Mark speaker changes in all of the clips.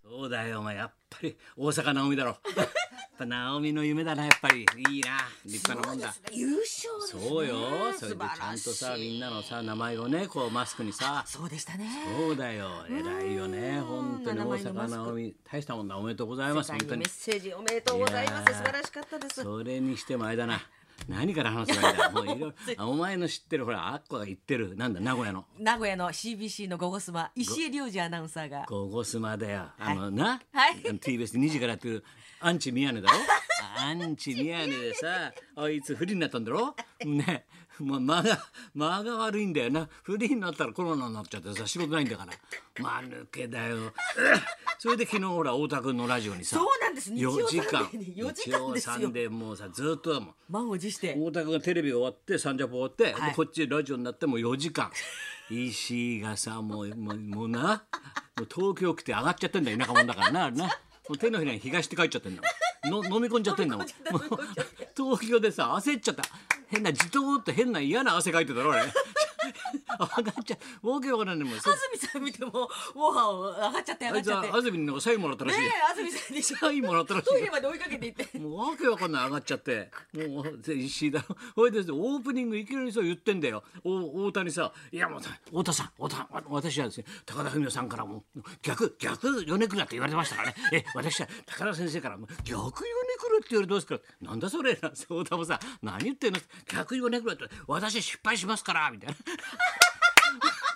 Speaker 1: そうだよお前やっぱり大阪直美 だろやっぱ直美の夢だなやっぱりいいな立派なもんだ
Speaker 2: そうですね優勝ですね
Speaker 1: そうよそれで
Speaker 2: 素晴らしい
Speaker 1: ちゃんとさみんなのさ名前をねこうマスクにさ
Speaker 2: そうでしたね
Speaker 1: そうだよ偉いよね本当に大
Speaker 2: 名前のマ
Speaker 1: 阪
Speaker 2: スク
Speaker 1: 直美大したもんだおめでとうございま
Speaker 2: 世
Speaker 1: す
Speaker 2: 界
Speaker 1: 本当
Speaker 2: にメ
Speaker 1: に
Speaker 2: ッセージおめでとうございます
Speaker 1: いや
Speaker 2: 素
Speaker 1: ー
Speaker 2: 晴らしかったです
Speaker 1: それにしてもあれだ な何から話せばいいんだもういろいろあお前の知ってるほらあっこが言ってるなんだ名古屋の
Speaker 2: 名古屋の CBC の「ゴゴスマ」石井良二アナウンサーが
Speaker 1: ゴゴスマだよ。あの、な、
Speaker 2: はい
Speaker 1: TBS で2時からやってるアンチミヤネだろアンチミヤネでさ、あいつ不利になったんだろねまあ、間が、間が悪いんだよな。不利になったらコロナになっちゃってさ、仕事ないんだから。間抜けだよ。うっ それで昨日ほら、太田君のラジオにさ、
Speaker 2: そうなんです日曜
Speaker 1: 4時間、
Speaker 2: サンデーに4時間ですよ
Speaker 1: 日曜サンデーもうさ、ずっとだもん。
Speaker 2: 満を持して
Speaker 1: 大田君がテレビ終わってサンジャポ終わって、
Speaker 2: はい
Speaker 1: でこっちラジオになってもう4時 間石井がさもうもうもうなもう東京来て上がっちゃってんだよ田舎者だからなあれ なもう手のひらに東って帰っちゃってんだもんの飲み込んじゃってんだもん
Speaker 2: 飲み込んじゃった
Speaker 1: もう 東京でさ焦っちゃった変な自動って変な嫌な汗かいてたろ 俺上がっちゃうわけわからんねもう
Speaker 2: 安住さん見てももう上がっちゃって上
Speaker 1: あ
Speaker 2: がっ
Speaker 1: いつ
Speaker 2: ちゃ
Speaker 1: は
Speaker 2: ってね
Speaker 1: 安住になんかサインもらったらしいよ
Speaker 2: え安住さ んでしょ
Speaker 1: サインもらったらしい
Speaker 2: ト
Speaker 1: よ
Speaker 2: イレまで追いかけていって
Speaker 1: もうわけわかんない上がっちゃってもうぜ石井だろほいでオープニングいきなりそう言ってんだよお大谷さ「いやもう太田さん太田わ私はですね高田文雄さんからもう逆逆米倉って言われてましたからねえ私は高田先生からも逆米倉って言われてますからなんだそれなんて太田もさ何言ってんの逆米倉って私失敗しますからみたいな。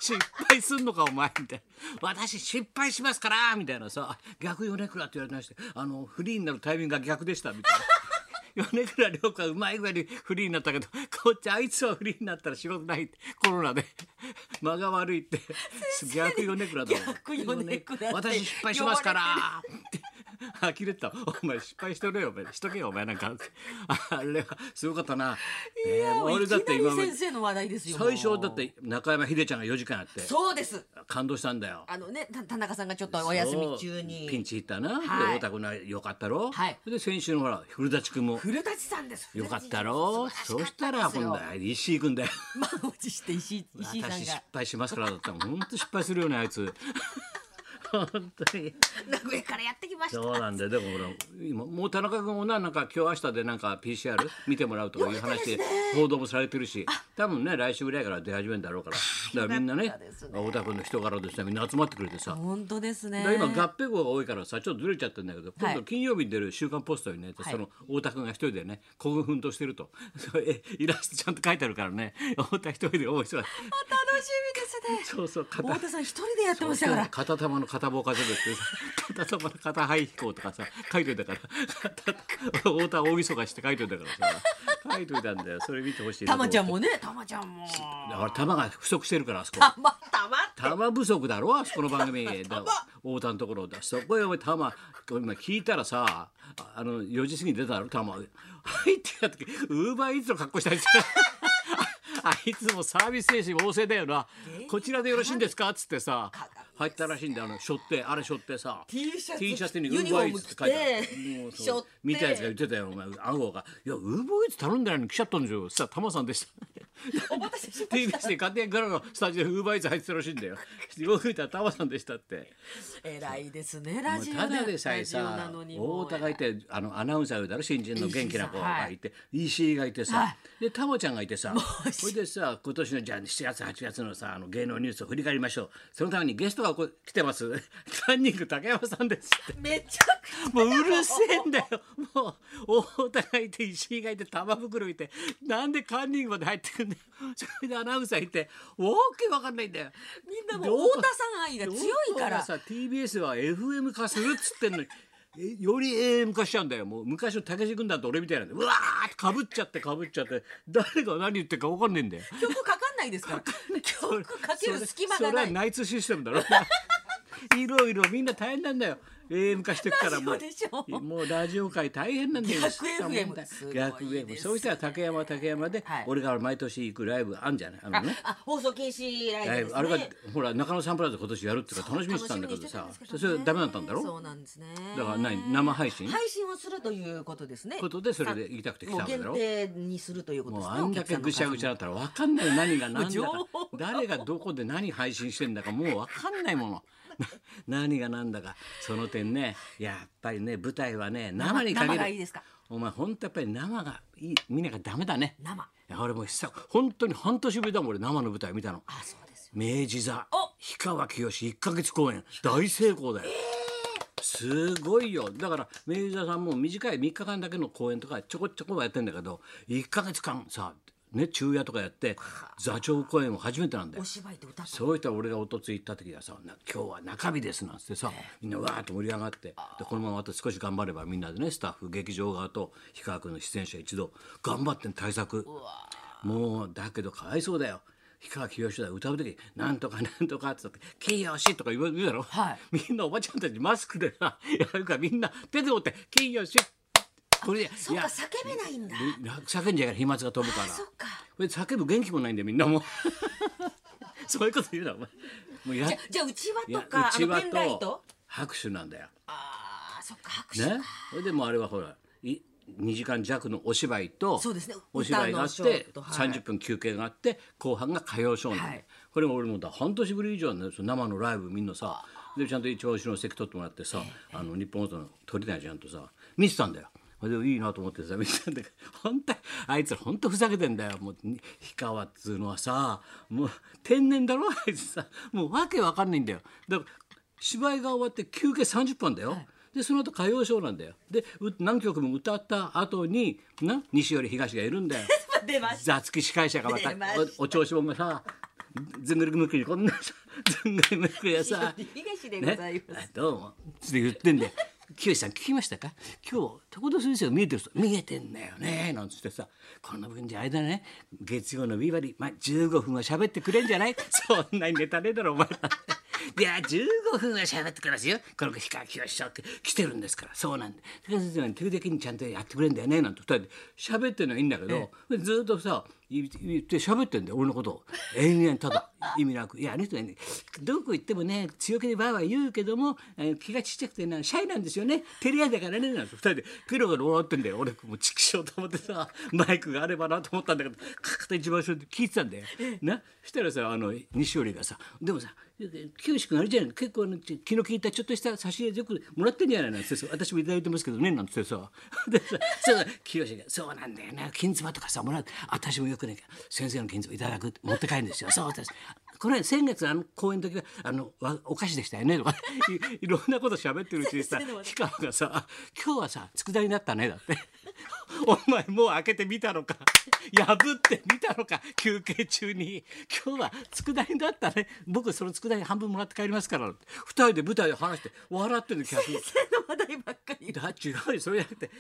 Speaker 1: 失敗すんのかお前みたいな私失敗しますからみたいなさ逆米倉って言われてましてあのフリーになるタイミングが逆でしたみたいな米倉涼子はうまいぐらいにフリーになったけどこっちあいつはフリーになったら仕事ないってコロナで間が悪いって逆米倉だもん
Speaker 2: 逆米倉って
Speaker 1: 私失敗しますからって呆れてたお前失敗しとれよお前しとけよお前なんかあれはすごかったなねえもう俺
Speaker 2: いき
Speaker 1: だ
Speaker 2: な
Speaker 1: って今まで
Speaker 2: り先生の話題ですよ
Speaker 1: 最初だって中山秀ちゃんが4時間やって
Speaker 2: そうです
Speaker 1: 感動したんだよ。
Speaker 2: あのねた田中さんがちょっとお休み中
Speaker 1: そう
Speaker 2: に
Speaker 1: ピンチヒッターな、
Speaker 2: はい
Speaker 1: で太田君がよかったろ、
Speaker 2: はい
Speaker 1: で先週のほら古舘君も
Speaker 2: 古舘さんです
Speaker 1: よかったろそ
Speaker 2: 素晴
Speaker 1: う
Speaker 2: ら
Speaker 1: した
Speaker 2: からったですよ
Speaker 1: 今度は石井君だよ
Speaker 2: 満を持して石井 石井さん
Speaker 1: 私失
Speaker 2: が
Speaker 1: 敗しますからだったら本当失敗するよねあい つ本当に
Speaker 2: 名古屋からやってきました
Speaker 1: そうなんだよでもほら今もう田中君もななんか今日明日でなんか PCR 見てもらうとかいう話で報道もされてるし多分ね来週ぐらいから出始めるんだろうからだからみんなね
Speaker 2: よかったですね
Speaker 1: 太田君の人柄ですねみんな集まってくれてさ
Speaker 2: 本当ですね
Speaker 1: だから今合併号が多いからさちょっとずれちゃってるんだけど、今度金曜日に出る「週刊ポスト」にね、
Speaker 2: い
Speaker 1: その太田君が一人でね興奮としてると それイラストちゃんと書いてあるからね 太田一人で大忙し
Speaker 2: 楽しみですね
Speaker 1: そうそう片
Speaker 2: 太田さん一人でやってましたから
Speaker 1: 片玉の片棒かけるってさ 片玉の片肺飛行とかさ書いといたから 片太田大忙しって書いといたからさ書いといたんだよそれ見てほしいな
Speaker 2: た
Speaker 1: と思
Speaker 2: ま
Speaker 1: って
Speaker 2: ちゃんもねたまちゃんも
Speaker 1: だから玉が不足してるからあそこ
Speaker 2: たまたまって
Speaker 1: 玉不足だろあそこの番 組だ太田のところだそこへお前玉今聞いたらさああの4時過ぎに出ただろ玉入ってきた時ウーバーイーツの格好した やつあいつもサービス精神旺盛だよなこちらでよろしいんですかっつってさ入ったらしいんだよあのしょってあれしょってさ
Speaker 2: T シャツ
Speaker 1: T シャツにウ
Speaker 2: ユ
Speaker 1: ー
Speaker 2: ニフォ
Speaker 1: バー
Speaker 2: ー
Speaker 1: イー
Speaker 2: ム
Speaker 1: ツって書いてある
Speaker 2: 着て
Speaker 1: もうそう
Speaker 2: しょって
Speaker 1: 見たやつが言ってたよお前アゴが「いやウーバーイーツ頼んでないのに来ちゃったんですよ」さ玉さんでした
Speaker 2: お待たせしまし
Speaker 1: TBS で家庭からのスタジオでウーバーイーツ入ってたらしいん だよ。よく見たらタマさんでしたって。
Speaker 2: た 偉いですねラ
Speaker 1: もう
Speaker 2: ジオ
Speaker 1: ただでさえ
Speaker 2: ラジオな
Speaker 1: さ
Speaker 2: のにも
Speaker 1: 太田がいてあのアナウンサーだろ新人の元気な子がいて石井がいて
Speaker 2: は
Speaker 1: さでタモちゃんがいてさそれでさ今年のじゃあ7月8月のさあの芸能ニュースを振り返りましょうそのためにゲストがこ来てます カンニング竹山さんですって
Speaker 2: めちゃくちゃ
Speaker 1: もううるせえんだよもう太田がいて石井がいて玉袋いてなんでカンニングまで入ってくんだよそれでアナウンサーいてわけわかんないんだよ
Speaker 2: みんなもう太田さん愛が強いか
Speaker 1: どう
Speaker 2: ら
Speaker 1: さ TBS は FM 化するっつってんのにえより AM 化しちゃうんだよもう昔の武志軍団と俺みたいなんでうわーってかぶっちゃってかぶっちゃって誰が何言ってるか分かんねえんだよ。
Speaker 2: 曲かかんないですから曲かける隙間
Speaker 1: それ
Speaker 2: が
Speaker 1: それ
Speaker 2: な
Speaker 1: はい内通システムだろ いろいろみんな大変なんだよ AM 化してくからも
Speaker 2: ラジオでしょ
Speaker 1: うもうラジオ界大変なんだよ
Speaker 2: 逆
Speaker 1: 知ったもん
Speaker 2: FM
Speaker 1: だ
Speaker 2: すごい
Speaker 1: 逆
Speaker 2: です
Speaker 1: FM
Speaker 2: ね
Speaker 1: そうしたら竹山は竹山で、
Speaker 2: はい
Speaker 1: 俺が毎年行くライブあんじゃないあのね
Speaker 2: あ放送禁止ラ
Speaker 1: ラ
Speaker 2: イ
Speaker 1: イ
Speaker 2: ブ
Speaker 1: ブ
Speaker 2: ですね
Speaker 1: あれがほら中野サンプラザ今年やるっていうから楽しみにしてたんだけどさそれダメだったんだろ
Speaker 2: そうなんですね
Speaker 1: だから何生配信
Speaker 2: 配信をするということですね
Speaker 1: ことでそれで行きたくて来
Speaker 2: も
Speaker 1: た
Speaker 2: うん
Speaker 1: だ
Speaker 2: 限
Speaker 1: ろ
Speaker 2: 定にするということ
Speaker 1: も
Speaker 2: で
Speaker 1: う
Speaker 2: すね
Speaker 1: あんだけぐしゃぐしゃだ
Speaker 2: ゃ
Speaker 1: ったら分かんない何が何だ
Speaker 2: 情
Speaker 1: か
Speaker 2: 報
Speaker 1: 誰がどこで何配信してんだかもう分かんないもの何が何だかその点ねやっぱりね舞台はね生に限る
Speaker 2: 生がいいですか
Speaker 1: お前ほんとやっぱり生がいい見なきゃダメだね
Speaker 2: 生
Speaker 1: いや俺も久々本当に半年ぶりだもん俺生の舞台見たの
Speaker 2: あそうですよ
Speaker 1: 明治座
Speaker 2: お
Speaker 1: 氷川きよし1ヶ月公演大成功だよ、すごいよだから明治座さんも短い3日間だけの公演とかちょこちょこはやってんだけど1ヶ月間さね昼夜とかやって座長公演も初めてなんだよ
Speaker 2: お芝居と歌って
Speaker 1: そういったら俺がおとつい行った時はさ「な今日は中日です」なんつってさみんなわーっと盛り上がってでこのままあと少し頑張ればみんなでねスタッフ劇場側と氷川君の出演者一同頑張ってん対策もうだけどかわいそうだよ氷川きよしだよ歌う時「なんとか なんとか」っつって「きよし」とか言う言うだろ、
Speaker 2: はい
Speaker 1: みんなおばちゃんたちマスクでさ やるからみんな手で折って「きよし」これで
Speaker 2: そっ
Speaker 1: い
Speaker 2: か
Speaker 1: や
Speaker 2: 叫べないんだ
Speaker 1: で叫んじゃいから飛沫が飛ぶから。
Speaker 2: そっか
Speaker 1: これ叫ぶ元気もないんだよみんなもう そういうこと言うなお前もうや
Speaker 2: じゃじゃあうち
Speaker 1: い
Speaker 2: わ
Speaker 1: や
Speaker 2: とかあ
Speaker 1: うち
Speaker 2: の
Speaker 1: わ
Speaker 2: ペンライト
Speaker 1: 拍手なんだよ
Speaker 2: あーそっか拍手か
Speaker 1: ねそれでもうあれはほらい2時間弱のお芝居と
Speaker 2: そうですね
Speaker 1: お芝居があっ
Speaker 2: 歌のショ
Speaker 1: て
Speaker 2: ーとはい
Speaker 1: 30分休憩があって後半が歌謡ショーなんだよ
Speaker 2: はい
Speaker 1: これも俺もだ半年ぶり以上ねその生のライブみんなさでちゃんと一応後ろの席取ってもらってさあの日本放送の鳥谷ちゃんとさ見てたんだよそれでいいなと思ってさ見てたんだけど本当にあいつら本当ふざけてんだよもうに氷川っつうのはさもう天然だろあいつさもうわけわかんないんだよだから芝居が終わって休憩30分だよ、でその後歌謡ショーなんだよでう何曲も歌った後にな西より東がいるんだ よ
Speaker 2: 出ました
Speaker 1: 座付き司会者がまた
Speaker 2: 出ました
Speaker 1: おお調子者がさずんぐりむっくりこんなさずんぐりむっくりがさ
Speaker 2: 東でございます、
Speaker 1: ね、どうもって言ってん で清さん聞きましたか今日高田先生が見えてる人見えてんだよねなんつってさこの分じゃ間ね月曜のビバリー、まあ、15分は喋ってくれんじゃない そんなにネタねえだろお前ら。いや15分は喋ってくれますよこの子氷川きよしさん来てるんですからそうなんで高田先生は定期的にちゃんとやってくれんだよねなんて二人で喋ってるのはいいんだけどずっとさ言って喋ってんだよ俺のことを延々ただ意味なくいやあの人はねどこ行ってもね強気でばあは言うけどもあの気がちっちゃくてなシャイなんですよね照れ屋だからねなんて二人でペロペロ笑ってんだよ俺もうチクショーと思ってさマイクがあればなと思ったんだけどカッと一番後ろで聞いてたんだよ。なそしたらさあの西織がさでもさ清志君あれじゃない結構あのち気の利いたちょっとした差し入れよくもらってんじゃないなんてさ私もいただいてますけどねなんてさでさそう清志が「そうなんだよな金妻とかさもらう私もよくね先生の金妻いただく持って帰るんですよそう私この先月あの公演の時はあのわお菓子でしたよねと かいいろんなこと喋ってるうちにさ
Speaker 2: 先生の
Speaker 1: 氷川がさ「今日はさ佃煮だったね」だって。 お前もう開けてみたのか破ってみたのか休憩中に今日は佃煮だったね僕その佃煮半分もらって帰りますから二人で舞台で話して笑ってるの客
Speaker 2: の話題ばっかり
Speaker 1: だ違うよそれじゃなくて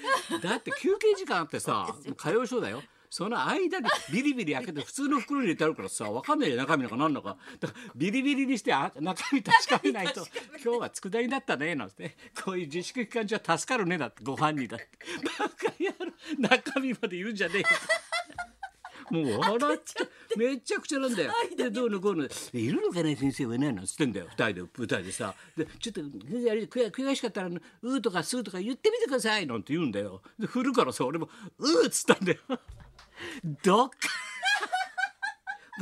Speaker 1: だって休憩時間あってさ歌謡ショーだよその間にビリビリ開けて普通の袋に入れてあるからさ分かんないよ中身なんか何のかだからビリビリにしてあ中身確かめないと今日は佃煮だったねなんてこういう自粛期間中は助かるねだってご飯にだってバカ野郎中身まで言うんじゃねえよもう笑っちゃめちゃくちゃなんだよ。でどうのこうのいるのかね先生はねなんつってんだよ二人で舞台でさでちょっとあれ悔悔しかったらあの「う」とか「す」とか言ってみてくださいなんて言うんだよ。で振るからさ俺も「う」っつったんだよ。どっか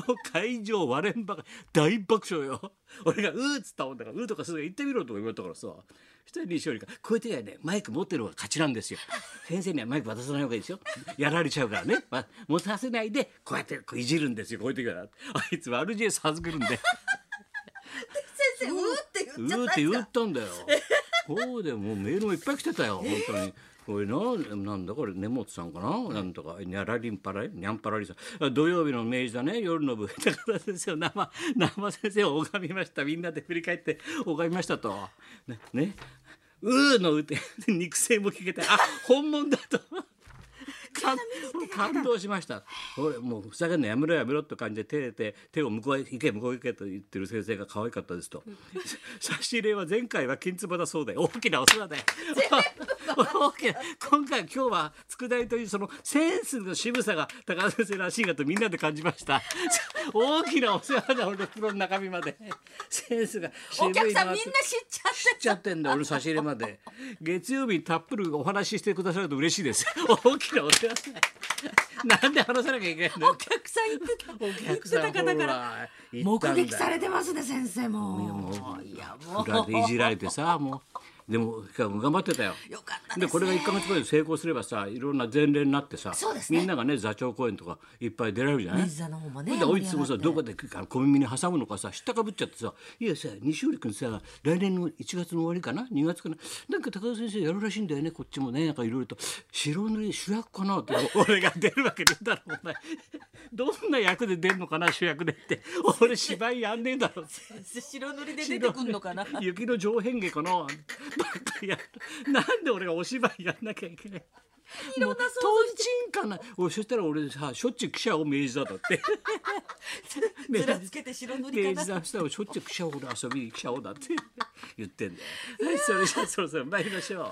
Speaker 1: もう会場割れんばか大爆笑よ 俺が「うー」っつったもんだから「うー」とか「す」が言ってみろとか言われたからさそしたら西織が「こういう時はねマイク持ってる方が勝ちなんですよ先生にはマイク渡さない方がいいですよやられちゃうからね、ま、持たせないでこうやってこういじるんですよこういう時はあいつ悪知恵授けるんで
Speaker 2: 先生うーって
Speaker 1: う
Speaker 2: 言っちゃっ
Speaker 1: ー
Speaker 2: た
Speaker 1: って
Speaker 2: ん
Speaker 1: 言
Speaker 2: だ
Speaker 1: ったん だよ。そうでもうメールもいっぱい来てたよ本当に。これななんだこれ根本さんかななんとかにゃらりんぱらりにゃんぱらりさんあ土曜日の明治だね夜の部高田先生を生生先生を拝みましたみんなで振り返って拝みましたとねねうーのうって 肉声も聞けてあ本物だと感感動しました俺もうふざけんのやめろやめろって感じで手で手手を向こうへ行け向こうへ行けと言ってる先生が可愛かったですと差し入れは前回は金唾だそうで大きなお世話で 大きな今回今日は佃煮というそのセンスの渋さが高田先生らしいなとみんなで感じま した大きなお世話だ俺の袋の中身までセンスが渋
Speaker 2: お客
Speaker 1: いな
Speaker 2: さ
Speaker 1: っ
Speaker 2: ん
Speaker 1: て
Speaker 2: みんな知っちゃ
Speaker 1: 知っちゃってんだよ俺差し入れまで月曜日たっぷりお話ししてくださると嬉しいです大きなお世話すいませんなんで話さなきゃいけないの
Speaker 2: お客さん言ってた
Speaker 1: お客さん
Speaker 2: 言ってた方から
Speaker 1: ほら言ったん
Speaker 2: 目
Speaker 1: だよ
Speaker 2: 撃されてますね先生もいやもう
Speaker 1: 裏でいじられてさもうでもしかも頑張ってたよ
Speaker 2: よかったですね
Speaker 1: でこれが1か月後で成功すればさいろんな前例になってさ、
Speaker 2: そうですね
Speaker 1: みんながね座長公演とかいっぱい出られるじゃない
Speaker 2: 水座の方もね
Speaker 1: それでおいつも
Speaker 2: 盛
Speaker 1: さ
Speaker 2: り上がって
Speaker 1: どこであの小耳に挟むのかさ知ったかぶっちゃってさ「いやさ西織君さ来年の1月の終わりかな2月かななんか高田先生やるらしいんだよねこっちもねなんかいろいろと白塗り主役かな」って俺が出るわけねえだろお前どんな役で出るのかな主役でって俺芝居やんねえだろ
Speaker 2: 白塗りで出てくん のかな
Speaker 1: 雪の上変化かなばっかりやるなんで俺がお芝居やんなきゃいけない
Speaker 2: いろんな想
Speaker 1: とんちんかな俺そしたら俺さしょっちゅう記者を明治座だって
Speaker 2: 像ずらつけて白塗り
Speaker 1: 明
Speaker 2: か
Speaker 1: 治
Speaker 2: な
Speaker 1: 座したらしょっちゅう記者を遊びに記者をだって言ってんだよはいそれじゃあそろそろ参りましょう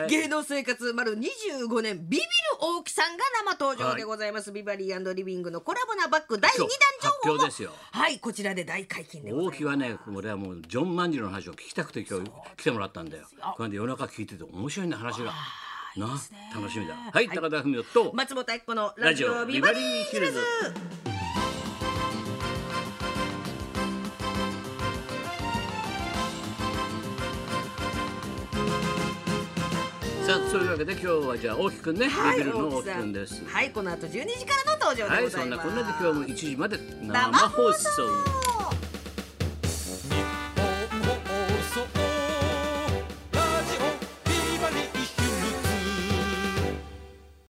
Speaker 1: はい
Speaker 3: 芸能生活丸25年ビビる大木さんが生登場でございます、ビバリーリビングのコラボなバッグ第2弾情
Speaker 1: 今
Speaker 3: 報
Speaker 1: 日発表
Speaker 3: も
Speaker 1: ですよ
Speaker 3: はいこちらで大解禁でござい
Speaker 1: 大
Speaker 3: ます
Speaker 1: 木はね俺はもうジョン万次郎の話を聞きたくて今日来てもらったんだよこれで夜中聞いてて面白いな話がな楽しみだはい高田文夫と
Speaker 3: 松本明子の
Speaker 1: ラ
Speaker 3: ラ
Speaker 1: ジ
Speaker 3: ジ
Speaker 1: オ
Speaker 3: オ
Speaker 1: ビ
Speaker 3: ビ
Speaker 1: バ
Speaker 3: バ
Speaker 1: リ
Speaker 3: リ
Speaker 1: ー
Speaker 3: ー
Speaker 1: ヒ
Speaker 3: ヒ
Speaker 1: ル
Speaker 3: ル
Speaker 1: ズ
Speaker 3: ズ
Speaker 1: さあそういうわけで今日はじゃあ大木くんね
Speaker 3: は
Speaker 1: ビ
Speaker 3: い
Speaker 1: ビるの
Speaker 3: 大
Speaker 1: 大
Speaker 3: 木
Speaker 1: 木
Speaker 3: さ
Speaker 1: くん
Speaker 3: ん
Speaker 1: です
Speaker 3: はいこの後12時からの登場
Speaker 1: は
Speaker 3: でご
Speaker 1: い、そ
Speaker 3: ざい
Speaker 1: んな
Speaker 3: ま
Speaker 1: こ
Speaker 3: す、
Speaker 1: んなで今日も1時まで生
Speaker 3: 生
Speaker 1: 放
Speaker 3: 放
Speaker 1: 送。